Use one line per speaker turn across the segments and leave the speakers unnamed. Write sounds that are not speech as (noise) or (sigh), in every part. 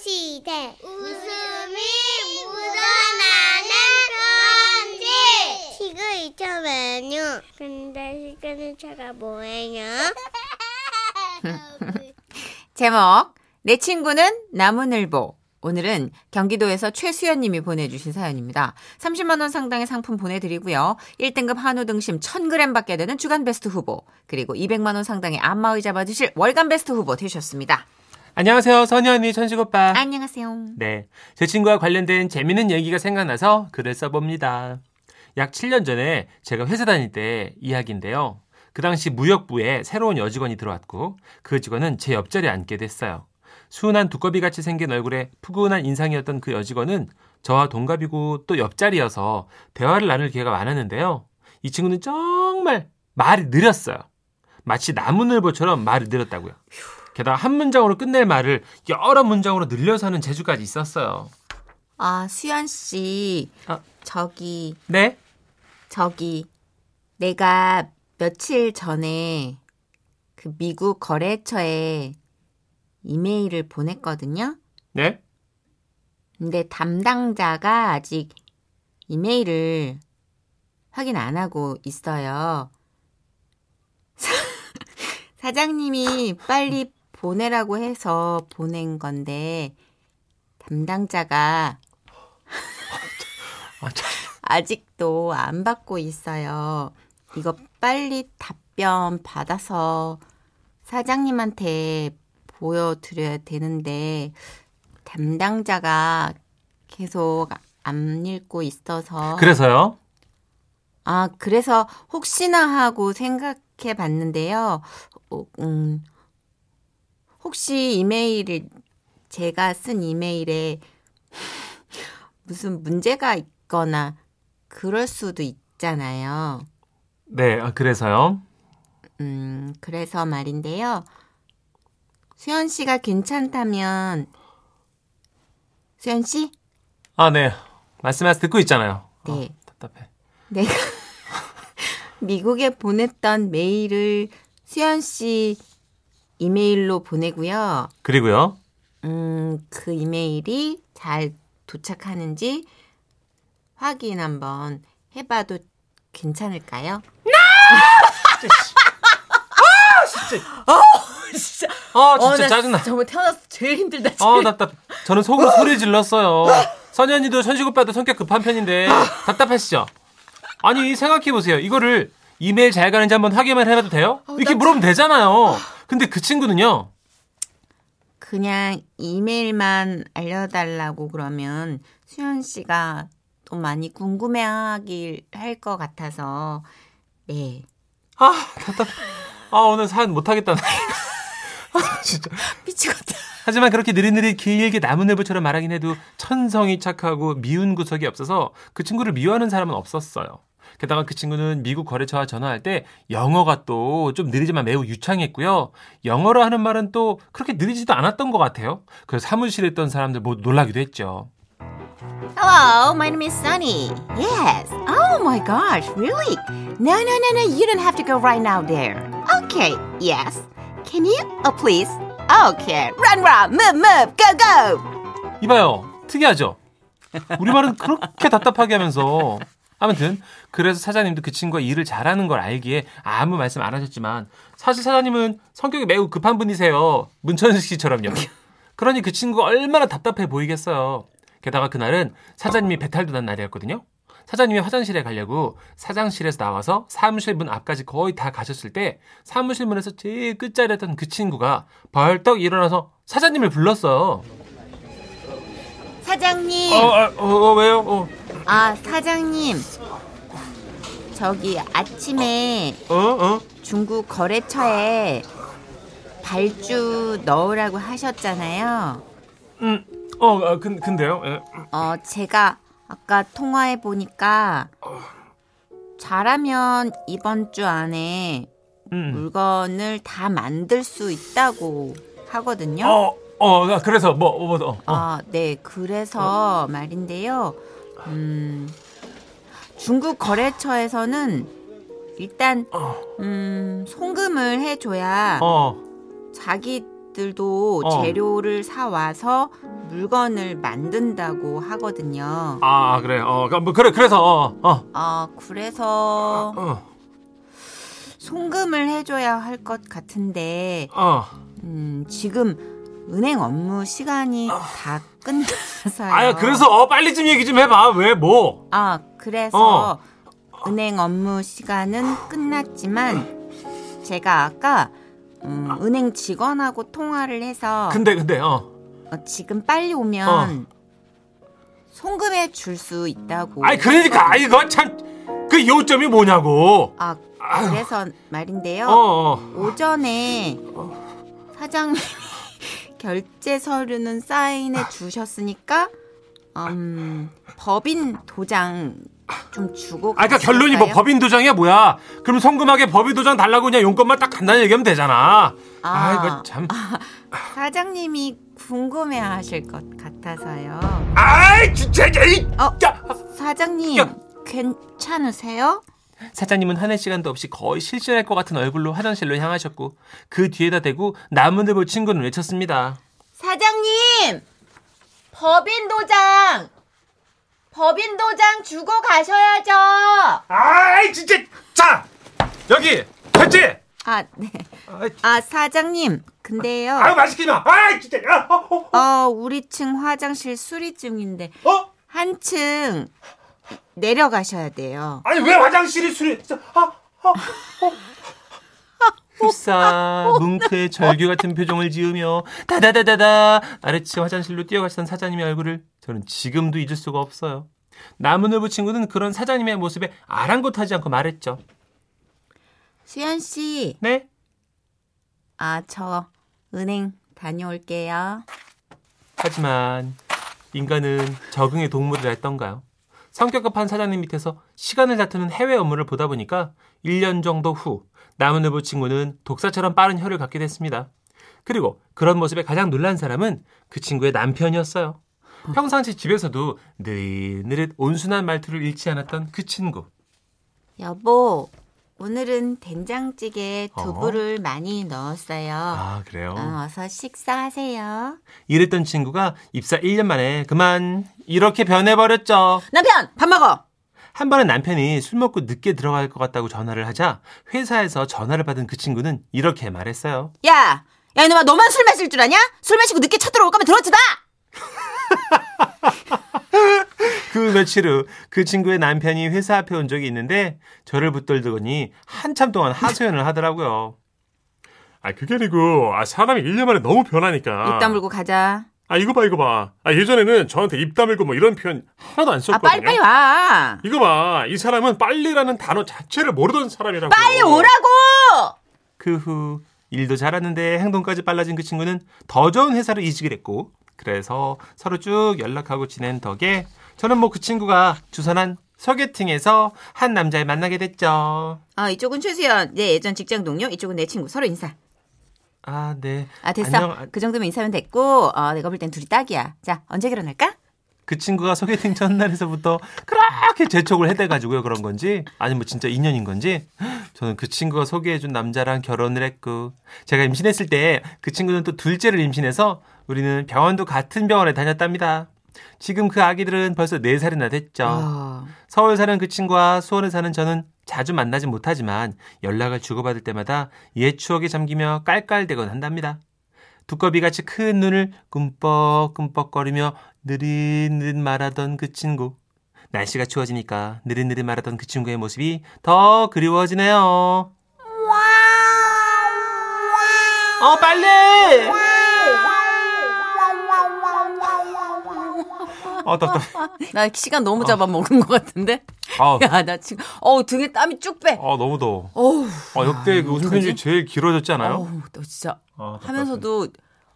시대 웃음이 묻어나는 편지 시그니처 메뉴 근데 시그니처가 뭐예요?
제목 내 친구는 나무늘보 오늘은 경기도에서 최수연 님이 보내주신 사연입니다. 30만 원 상당의 상품 보내드리고요. 1등급 한우 등심 1000g 받게 되는 주간베스트 후보 그리고 200만 원 상당의 안마의자 받으실 월간베스트 후보 되셨습니다.
안녕하세요. 선희 언니, 천식 오빠.
아. 안녕하세요.
네. 제 친구와 관련된 재미있는 얘기가 생각나서 글을 써봅니다. 약 7년 전에 제가 회사 다닐 때 이야기인데요. 그 당시 무역부에 새로운 여직원이 들어왔고 그 직원은 제 옆자리에 앉게 됐어요. 순한 두꺼비 같이 생긴 얼굴에 푸근한 인상이었던 그 여직원은 저와 동갑이고 또 옆자리여서 대화를 나눌 기회가 많았는데요. 이 친구는 정말 말이 느렸어요. 마치 나무늘보처럼 말이 늘었다고요. 게다가 한 문장으로 끝낼 말을 여러 문장으로 늘려서 하는 재주까지 있었어요.
아 수연 씨
아.
저기
네?
저기 내가 며칠 전에 그 미국 거래처에 이메일을 보냈거든요.
네?
근데 담당자가 아직 이메일을 확인 안 하고 있어요. (laughs) 사- 사장님이 빨리 보내라고 해서 보낸 건데 담당자가
아, 참.
아직도 안 받고 있어요. 이거 빨리 답변 받아서 사장님한테 보여드려야 되는데 담당자가 계속 안 읽고 있어서
그래서요?
아 그래서 혹시나 하고 생각해 봤는데요. 어, 음, 혹시 이메일을 제가 쓴 이메일에 (laughs) 무슨 문제가 있거나 그럴 수도 있잖아요.
네, 아, 그래서요?
음, 그래서 말인데요. 수현 씨가 괜찮다면 수현 씨?
아, 네. 말씀하셔서 듣고 있잖아요.
네.
아, 답답해.
내가 (laughs) 미국에 보냈던 메일을 수현 씨 이메일로 보내고요.
그리고요?
음, 그 이메일이 잘 도착하는지 확인 한번 해봐도 괜찮을까요?
아,
어,
진짜
나
짜증나.
정말 태어나서 제일 힘들다.
아, 답답. 저는 속으로 소리 질렀어요. 선희 언니도 천식 오빠도 성격 급한 편인데 답답하시죠? 아니, 생각해보세요. 이거를 이메일 잘 가는지 한번 확인만 해봐도 돼요? 이렇게 물으면 되잖아요. 근데 그 친구는요?
그냥 이메일만 알려달라고 그러면 수현 씨가 또 많이 궁금해하길 할 것 같아서 네
아, 답답해. 아, 오늘 사연 못하겠다. 아, 진짜.
미치겠다.
하지만 그렇게 느릿느릿 길게 나무늘보처럼 말하긴 해도 천성이 착하고 미운 구석이 없어서 그 친구를 미워하는 사람은 없었어요. 게다가 그 친구는 미국 거래처와 전화할 때 영어가 또 좀 느리지만 매우 유창했고요. 영어로 하는 말은 또 그렇게 느리지도 않았던 것 같아요. 그래서 사무실에 있던 사람들 모두 놀라기도 했죠.
Hello, my name is Sunny. Yes. Oh my gosh, really? No, no, no, no. You don't have to go right now there. Okay. Yes. Can you? Oh, please. Okay. Run, run. Move, move. Go, go.
이봐요. 특이하죠? 우리말은 그렇게 답답하게 하면서. 아무튼 그래서 사장님도 그 친구가 일을 잘하는 걸 알기에 아무 말씀 안 하셨지만 사실 사장님은 성격이 매우 급한 분이세요. 문천식 씨처럼요. 그러니 그 친구가 얼마나 답답해 보이겠어요. 게다가 그날은 사장님이 배탈도 난 날이었거든요. 사장님이 화장실에 가려고 사장실에서 나와서 사무실 문 앞까지 거의 다 가셨을 때 사무실 문에서 제일 끝자리였던 그 친구가 벌떡 일어나서 사장님을 불렀어요.
사장님.
어, 아, 어, 어, 왜요? 어,
아, 사장님. 저기 아침에
어, 어?
중국 거래처에 발주 넣으라고 하셨잖아요.
음, 어, 아, 근, 근데요? 예.
어, 제가 아까 통화해 보니까 잘하면 이번 주 안에
음.
물건을 다 만들 수 있다고 하거든요.
어, 어, 아, 그래서 뭐, 뭐, 어, 어.
아, 네. 그래서 말인데요. 음, 중국 거래처에서는 일단
어,
음, 송금을 해줘야
어,
자기들도
어.
재료를 사와서 물건을 만든다고 하거든요.
아 그래. 어, 그뭐 그래 그래서 어, 어,
아, 그래서
어,
송금을 해줘야 할 것 같은데,
어.
음, 지금 은행 업무 시간이 다 끝나서요.
아 그래서 어 빨리 좀 얘기 좀 해봐. 왜 뭐?
아,
어.
그래서 은행 업무 시간은 끝났지만 제가 아까 음, 은행 직원하고 통화를 해서
근데 근데 어.
어, 지금 빨리 오면 송금해 줄 수 있다고.
아니 그러니까 아이 거 참 그 요점이 뭐냐고.
아, 그래서 말인데요.
어, 어.
오전에 사장님이 (laughs) 결제 서류는 사인해 주셨으니까 음, 법인 도장 좀 주고
아, 그러니까 결론이 뭐
가실까요?
법인 도장이야 뭐야? 그럼 송금하게 법인 도장 달라고 그냥 용건만 딱 간단히 얘기하면 되잖아.
아.
아, 이거 참.
사장님이 궁금해 하실 것 같아서요.
아, 진짜 이.
어,
야.
사장님,
야.
괜찮으세요?
사장님은 화낼 시간도 없이 거의 실신할 것 같은 얼굴로 화장실로 향하셨고 그 뒤에다 대고 남은 을볼 친구는 외쳤습니다.
사장님! 법인 도장! 법인 도장 주고 가셔야죠!
아이 진짜 자 여기 됐지?
아, 네.
아이,
아, 사장님, 근데요.
아유 맛있게 마. 아이 진짜. 아, 어, 어,
어, 우리 층 화장실 수리 중인데,
어, 어?
한층 내려가셔야 돼요.
아니 왜 화장실이 술이? 진짜, 아, 아, 어. (laughs) 흡사 뭉크의 절규 같은 표정을 지으며 다다다다다 아래층 화장실로 뛰어가시던 사장님의 얼굴을 저는 지금도 잊을 수가 없어요. 남은을부 친구는 그런 사장님의 모습에 아랑곳하지 않고 말했죠.
수연 씨,
네?
아, 저 은행 다녀올게요.
하지만 인간은 적응의 동물이라 했던가요? 성격급한 사장님 밑에서 시간을 다투는 해외 업무를 보다 보니까 1년 정도 후 남은 후보 친구는 독사처럼 빠른 혀를 갖게 됐습니다. 그리고 그런 모습에 가장 놀란 사람은 그 친구의 남편이었어요. 평상시 집에서도 느릿느릿 온순한 말투를 잃지 않았던 그 친구.
여보, 오늘은 된장찌개에 두부를 많이 넣었어요.
아, 그래요?
어, 어서 식사하세요.
이랬던 친구가 입사 1년 만에 그만 이렇게 변해버렸죠.
남편, 밥 먹어!
한 번은 남편이 술 먹고 늦게 들어갈 것 같다고 전화를 하자 회사에서 전화를 받은 그 친구는 이렇게 말했어요.
야! 야, 이놈아, 너만 술 마실 줄 아냐? 술 마시고 늦게 쳐들어올 거면 들어오지 마!
그 며칠 후 그 친구의 남편이 회사 앞에 온 적이 있는데 저를 붙들더니 한참 동안 하소연을 하더라고요.
아 그게 아니고 아 사람이 1년 만에 너무 변하니까
입 다물고 가자.
아 이거 봐 이거 봐. 아 예전에는 저한테 입 다물고 뭐 이런 표현 하나도 안
아,
썼거든요.
빨리빨리 와!
이거 봐. 이 사람은 빨리라는 단어 자체를 모르던 사람이라고.
빨리 오라고!
그 후 일도 잘하는데 행동까지 빨라진 그 친구는 더 좋은 회사로 이직을 했고 그래서 서로 쭉 연락하고 지낸 덕에 저는 뭐 그 친구가 주선한 소개팅에서 한 남자를 만나게 됐죠.
어, 이쪽은 최수연, 내 예전 직장 동료, 이쪽은 내 친구, 서로 인사.
아, 네.
아, 됐어.
안녕. 아,
그 정도면 인사면 됐고, 어, 내가 볼 땐 둘이 딱이야. 자, 언제 결혼할까?
그 친구가 소개팅 첫날에서부터 그렇게 재촉을 해대가지고요 그런 건지 아니면 진짜 인연인 건지 저는 그 친구가 소개해준 남자랑 결혼을 했고 제가 임신했을 때 그 친구는 또 둘째를 임신해서 우리는 병원도 같은 병원에 다녔답니다. 지금 그 아기들은 벌써 4살이나 됐죠.
어.
서울 사는 그 친구와 수원에 사는 저는 자주 만나지 못하지만 연락을 주고받을 때마다 옛 추억에 잠기며 깔깔대곤 한답니다. 두꺼비같이 큰 눈을 끔뻑끔뻑거리며 느릿느릿 말하던 그 친구. 날씨가 추워지니까 느릿느릿 말하던 그 친구의 모습이 더 그리워지네요. 어, 빨리!
아,
어, 답답해.
나 시간 너무 잡아먹은 것 같은데?
아,
야, 나 지금, 어우, 등에 땀이 쭉 빼.
아, 너무 더워.
어우,
아, 역대 그 웃음 편지
어떡하지?
제일 길어졌지 않아요?
어우, 너 진짜.
아, 답답해.
하면서도,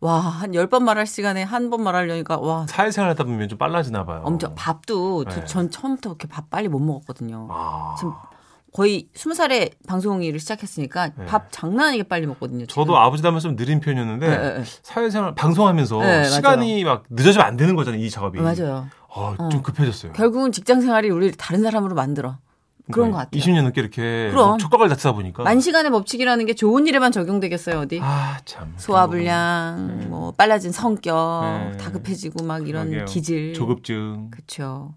와, 한 열 번 말할 시간에 한 번 말하려니까, 와,
사회생활 하다 보면 좀 빨라지나 봐요.
엄청 밥도 저-
어. 네.
전 처음부터 그렇게 밥 빨리 못 먹었거든요.
아,
지금 거의 스무 살에 방송 일을 시작했으니까
네.
밥 장난 아니게 빨리 먹거든요. 지금.
저도 아버지 닮아서 좀 느린 편이었는데
네, 네, 네.
사회생활 방송하면서
네, 맞아요.
시간이 막 늦어지면 안 네. 되는 거잖아요, 이 작업이.
맞아요.
아, 좀 급해졌어요.
결국은 직장 생활이 우리를 다른 사람으로 만들어. 그런 것 같아요.
20년 넘게 네. 그러니까 이렇게
그럼.
뭐 촉각을 다쓰다 보니까
만시간의 법칙이라는 게 좋은 일에만 적용되겠어요, 어디?
아, 참.
소화불량, 뭐 빨라진 성격,
네.
다급해지고 막 이런
그러게요.
기질.
뭐 조급증.
그렇죠.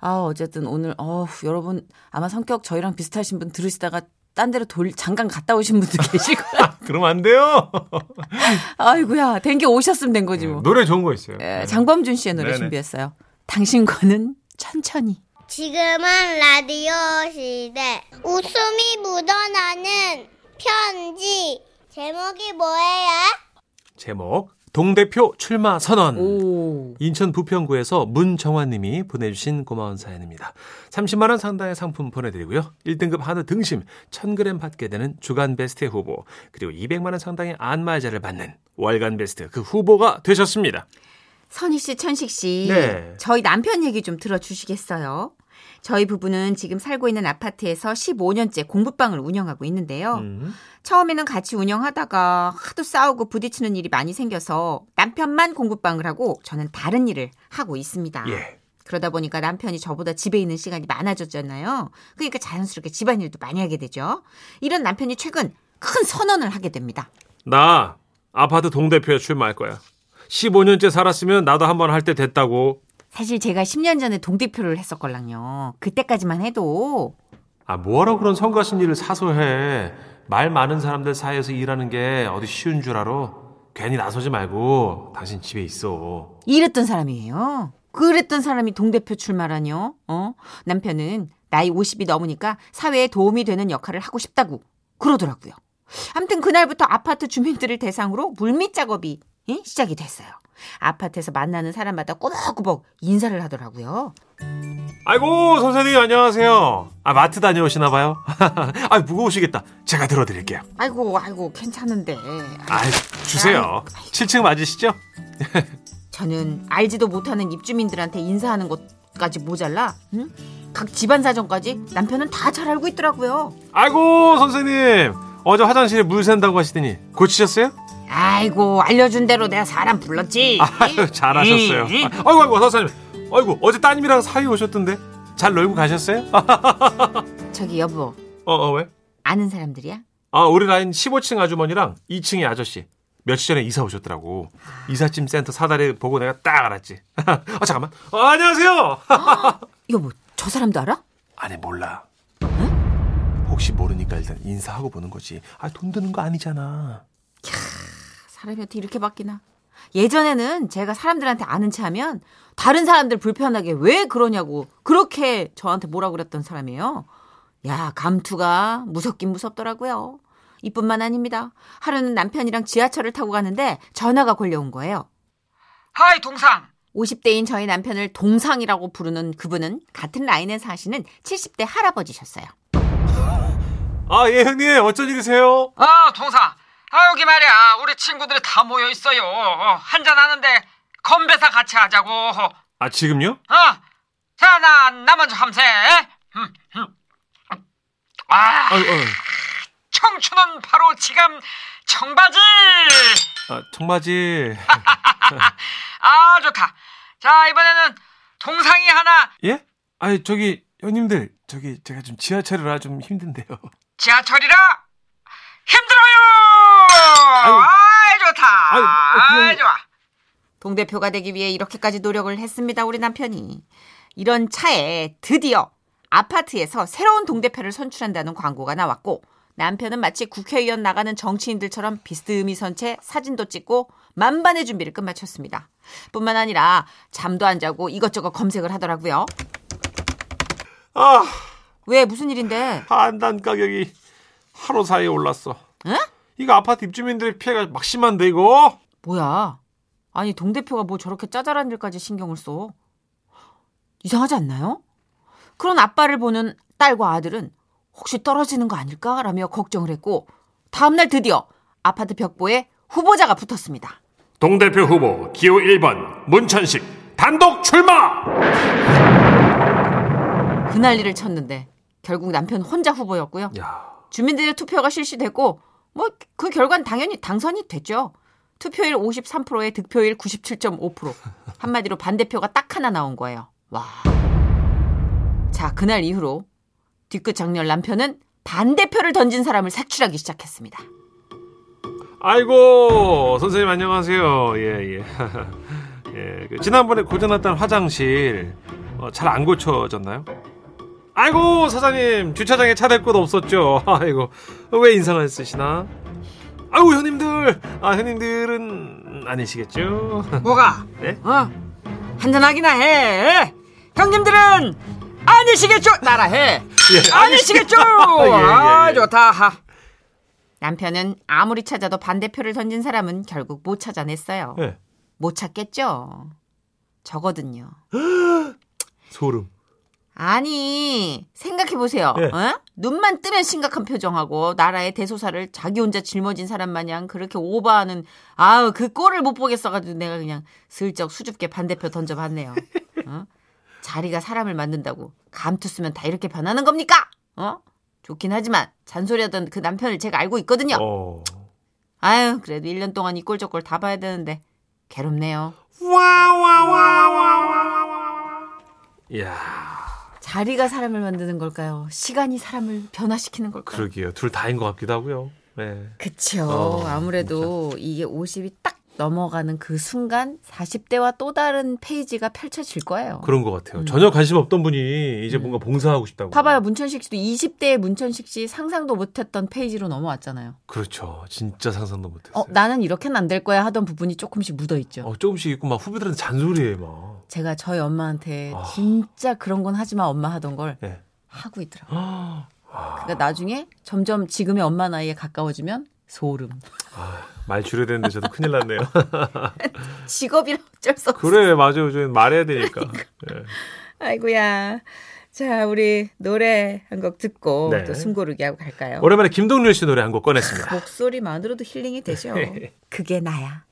아, 어쨌든 오늘 어우, 여러분 아마 성격 저희랑 비슷하신 분 들으시다가 딴 데로 돌 잠깐 갔다 오신 분도 (laughs) 계실 거예요.
그러면 안 돼요.
아이고야. 된 게 오셨으면 된 거지 뭐.
노래 좋은 거 있어요.
에, 장범준 씨의 노래
네네.
준비했어요. 당신과는 천천히.
지금은 라디오 시대. 웃음이 묻어나는 편지. 제목이 뭐예요?
제목 동대표 출마 선언.
오.
인천 부평구에서 문정환님이 보내주신 고마운 사연입니다. 30만 원 상당의 상품 보내드리고요. 1등급 한우 등심 1000g 받게 되는 주간 베스트 후보 그리고 200만 원 상당의 안마자를 받는 월간 베스트 그 후보가 되셨습니다.
선희 씨, 천식 씨.
네.
저희 남편 얘기 좀 들어주시겠어요? 저희 부부는 지금 살고 있는 아파트에서 15년째 공부방을 운영하고 있는데요.
음.
처음에는 같이 운영하다가 하도 싸우고 부딪히는 일이 많이 생겨서 남편만 공부방을 하고 저는 다른 일을 하고 있습니다.
예.
그러다 보니까 남편이 저보다 집에 있는 시간이 많아졌잖아요. 그러니까 자연스럽게 집안일도 많이 하게 되죠. 이런 남편이 최근 큰 선언을 하게 됩니다.
나 아파트 동대표에 출마할 거야. 15년째 살았으면 나도 한번 할 때 됐다고.
사실 제가 10년 전에 동대표를 했었걸랑요. 그때까지만 해도
아 뭐하러 그런 성가신 일을 사소해. 말 많은 사람들 사이에서 일하는 게 어디 쉬운 줄 알아? 괜히 나서지 말고 당신 집에 있어.
이랬던 사람이에요. 그랬던 사람이 동대표 출마라뇨. 어? 남편은 나이 50이 넘으니까 사회에 도움이 되는 역할을 하고 싶다고 그러더라고요. 암튼 그날부터 아파트 주민들을 대상으로 물밑 작업이 예? 시작이 됐어요. 아파트에서 만나는 사람마다 꼬박꼬박 인사를 하더라고요.
아이고 선생님 안녕하세요. 아 마트 다녀오시나 봐요. (laughs) 아 무거우시겠다. 제가 들어드릴게요.
아이고 아이고 괜찮은데.
아 주세요. 7층 맞으시죠?
저는 알지도 못하는 입주민들한테 인사하는 것까지 모자라 응? 각 집안 사정까지 남편은 다 잘 알고 있더라고요.
아이고 선생님 어제 화장실에 물 샌다고 하시더니 고치셨어요?
아이고 알려준 대로 내가 사람 불렀지.
아유 잘하셨어요.
응, 응.
아, 아이고 아이고 선생님. 아이고 어제 따님이랑 사이 오셨던데 잘 놀고 가셨어요? 아,
저기 여보
어, 어 왜?
아는 사람들이야?
아 우리 라인 15층 아주머니랑 2층의 아저씨 며칠 전에 이사 오셨더라고. 이삿짐 센터 사다리 보고 내가 딱 알았지. (laughs) 아 잠깐만. 어, 안녕하세요. (laughs)
여보 저 사람도 알아?
아니 몰라. 혹시 모르니까 일단 인사하고 보는 거지. 아 돈 드는 거 아니잖아.
사람이 어떻게 이렇게 바뀌나? 예전에는 제가 사람들한테 아는 체하면 다른 사람들 불편하게 왜 그러냐고 그렇게 저한테 뭐라 그랬던 사람이에요. 야 감투가 무섭긴 무섭더라고요. 이뿐만 아닙니다. 하루는 남편이랑 지하철을 타고 가는데 전화가 걸려온 거예요.
하이 동상
50대인 저희 남편을 동상이라고 부르는 그분은 같은 라인에 사시는 70대 할아버지셨어요.
아 예 형님 어쩐 일이세요?
아 동상 아 여기 말이야 우리 친구들이 다 모여 있어요 한잔 하는데 건배사 같이 하자고 어
아 지금요?
자나 나 먼저 함세 음, 음. 아
아유, 어. 아유.
청춘은 바로 지금 청바지
아 청바지
아 좋다 자 이번에는 동상이 하나
예? 아 저기 형님들 저기 제가 좀 지하철이라 좀 힘든데요.
지하철이라 힘들어요
아유.
아 좋다
아유, 아, 그냥-
아 좋아
동대표가 되기 위해 이렇게까지 노력을 했습니다. 우리 남편이. 이런 차에 드디어 아파트에서 새로운 동대표를 선출한다는 광고가 나왔고 남편은 마치 국회의원 나가는 정치인들처럼 비스듬히 선채 사진도 찍고 만반의 준비를 끝마쳤습니다. 뿐만 아니라 잠도 안 자고 이것저것 검색을 하더라고요.
아
왜 무슨 일인데?
한단 가격이 하루 사이에 올랐어.
응?
이거 아파트 입주민들의 피해가 막 심한데 이거.
뭐야? 아니 동대표가 뭐 저렇게 짜잘한 일까지 신경을 써? 이상하지 않나요? 그런 아빠를 보는 딸과 아들은 혹시 떨어지는 거 아닐까라며 걱정을 했고 다음날 드디어 아파트 벽보에 후보자가 붙었습니다.
동대표 후보 기호 1번 문천식 단독 출마.
그 난리를 쳤는데 결국 남편 혼자 후보였고요.
야
주민들의 투표가 실시됐고 뭐 그 결과는 당연히 당선이 됐죠. 투표율 53%에 득표율 97.5% 한마디로 반대표가 딱 하나 나온 거예요. 와. 자 그날 이후로 뒤끝 장렬 남편은 반대표를 던진 사람을 색출하기 시작했습니다.
아이고 선생님 안녕하세요. 예예. (laughs) 예. 그 지난번에 고장났던 화장실 어, 잘 안 고쳐졌나요? 아이고 사장님 주차장에 차 댈 곳 없었죠. (laughs) 아이고 왜 인상을 쓰시나? 아이고 형님들 아 형님들은 아니시겠죠? (laughs)
뭐가?
네?
어? 한잔하기나
예?
해. 형님들은 아니시겠죠? 나라 해. 아니시겠죠?
예, 예, 예.
아, 좋다. 하.
남편은 아무리 찾아도 반대표를 던진 사람은 결국 못 찾아냈어요.
예.
못 찾겠죠. 저거든요.
소름.
아니 생각해 보세요.
예.
어? 눈만 뜨면 심각한 표정하고 나라의 대소사를 자기 혼자 짊어진 사람 마냥 그렇게 오버하는 아우 그 꼴을 못 보겠어가지고 내가 그냥 슬쩍 수줍게 반대표 던져봤네요. 어? 자리가 사람을 만든다고 감투 쓰면 다 이렇게 변하는 겁니까? 어? 좋긴 하지만 잔소리하던 그 남편을 제가 알고 있거든요.
어.
아유 그래도 1년 동안 이 꼴 저 꼴 다 봐야 되는데 괴롭네요.
이야
자리가 사람을 만드는 걸까요? 시간이 사람을 변화시키는 걸까요?
그러게요. 둘 다인 것 같기도 하고요. 네.
그쵸.
어,
아무래도 이게 50이 딱 넘어가는 그 순간 40대와 또 다른 페이지가 펼쳐질 거예요.
그런 것 같아요. 전혀 관심 없던 분이 이제 뭔가 봉사하고
음.
싶다고.
봐봐요. 문천식 씨도 20대의 문천식 씨 상상도 못했던 페이지로 넘어왔잖아요.
그렇죠. 진짜 상상도 못했어요.
어, 나는 이렇게는 안 될 거야 하던 부분이 조금씩 묻어있죠.
네. 어, 조금씩 있고 막 후배들한테 잔소리해 막.
제가 저희 엄마한테
아.
진짜 그런 건 하지 마 엄마 하던 걸
네.
하고 있더라고요. 그러니까 나중에 점점 지금의 엄마 나이에 가까워지면 소름.
말 줄여야 되는데 저도 큰일 났네요. (laughs) 아.
직업이라 어쩔 수 없어.
그래 맞아요. 저희 말해야 (laughs) 되니까. 예.
아이고야. 자, 우리 노래 한 곡 듣고
네.
또 숨고르기 하고
예.
갈까요?
오랜만에 김동률 씨 노래 한 곡 꺼냈습니다.
목소리만으로도 힐링이 되죠. 그게 나야.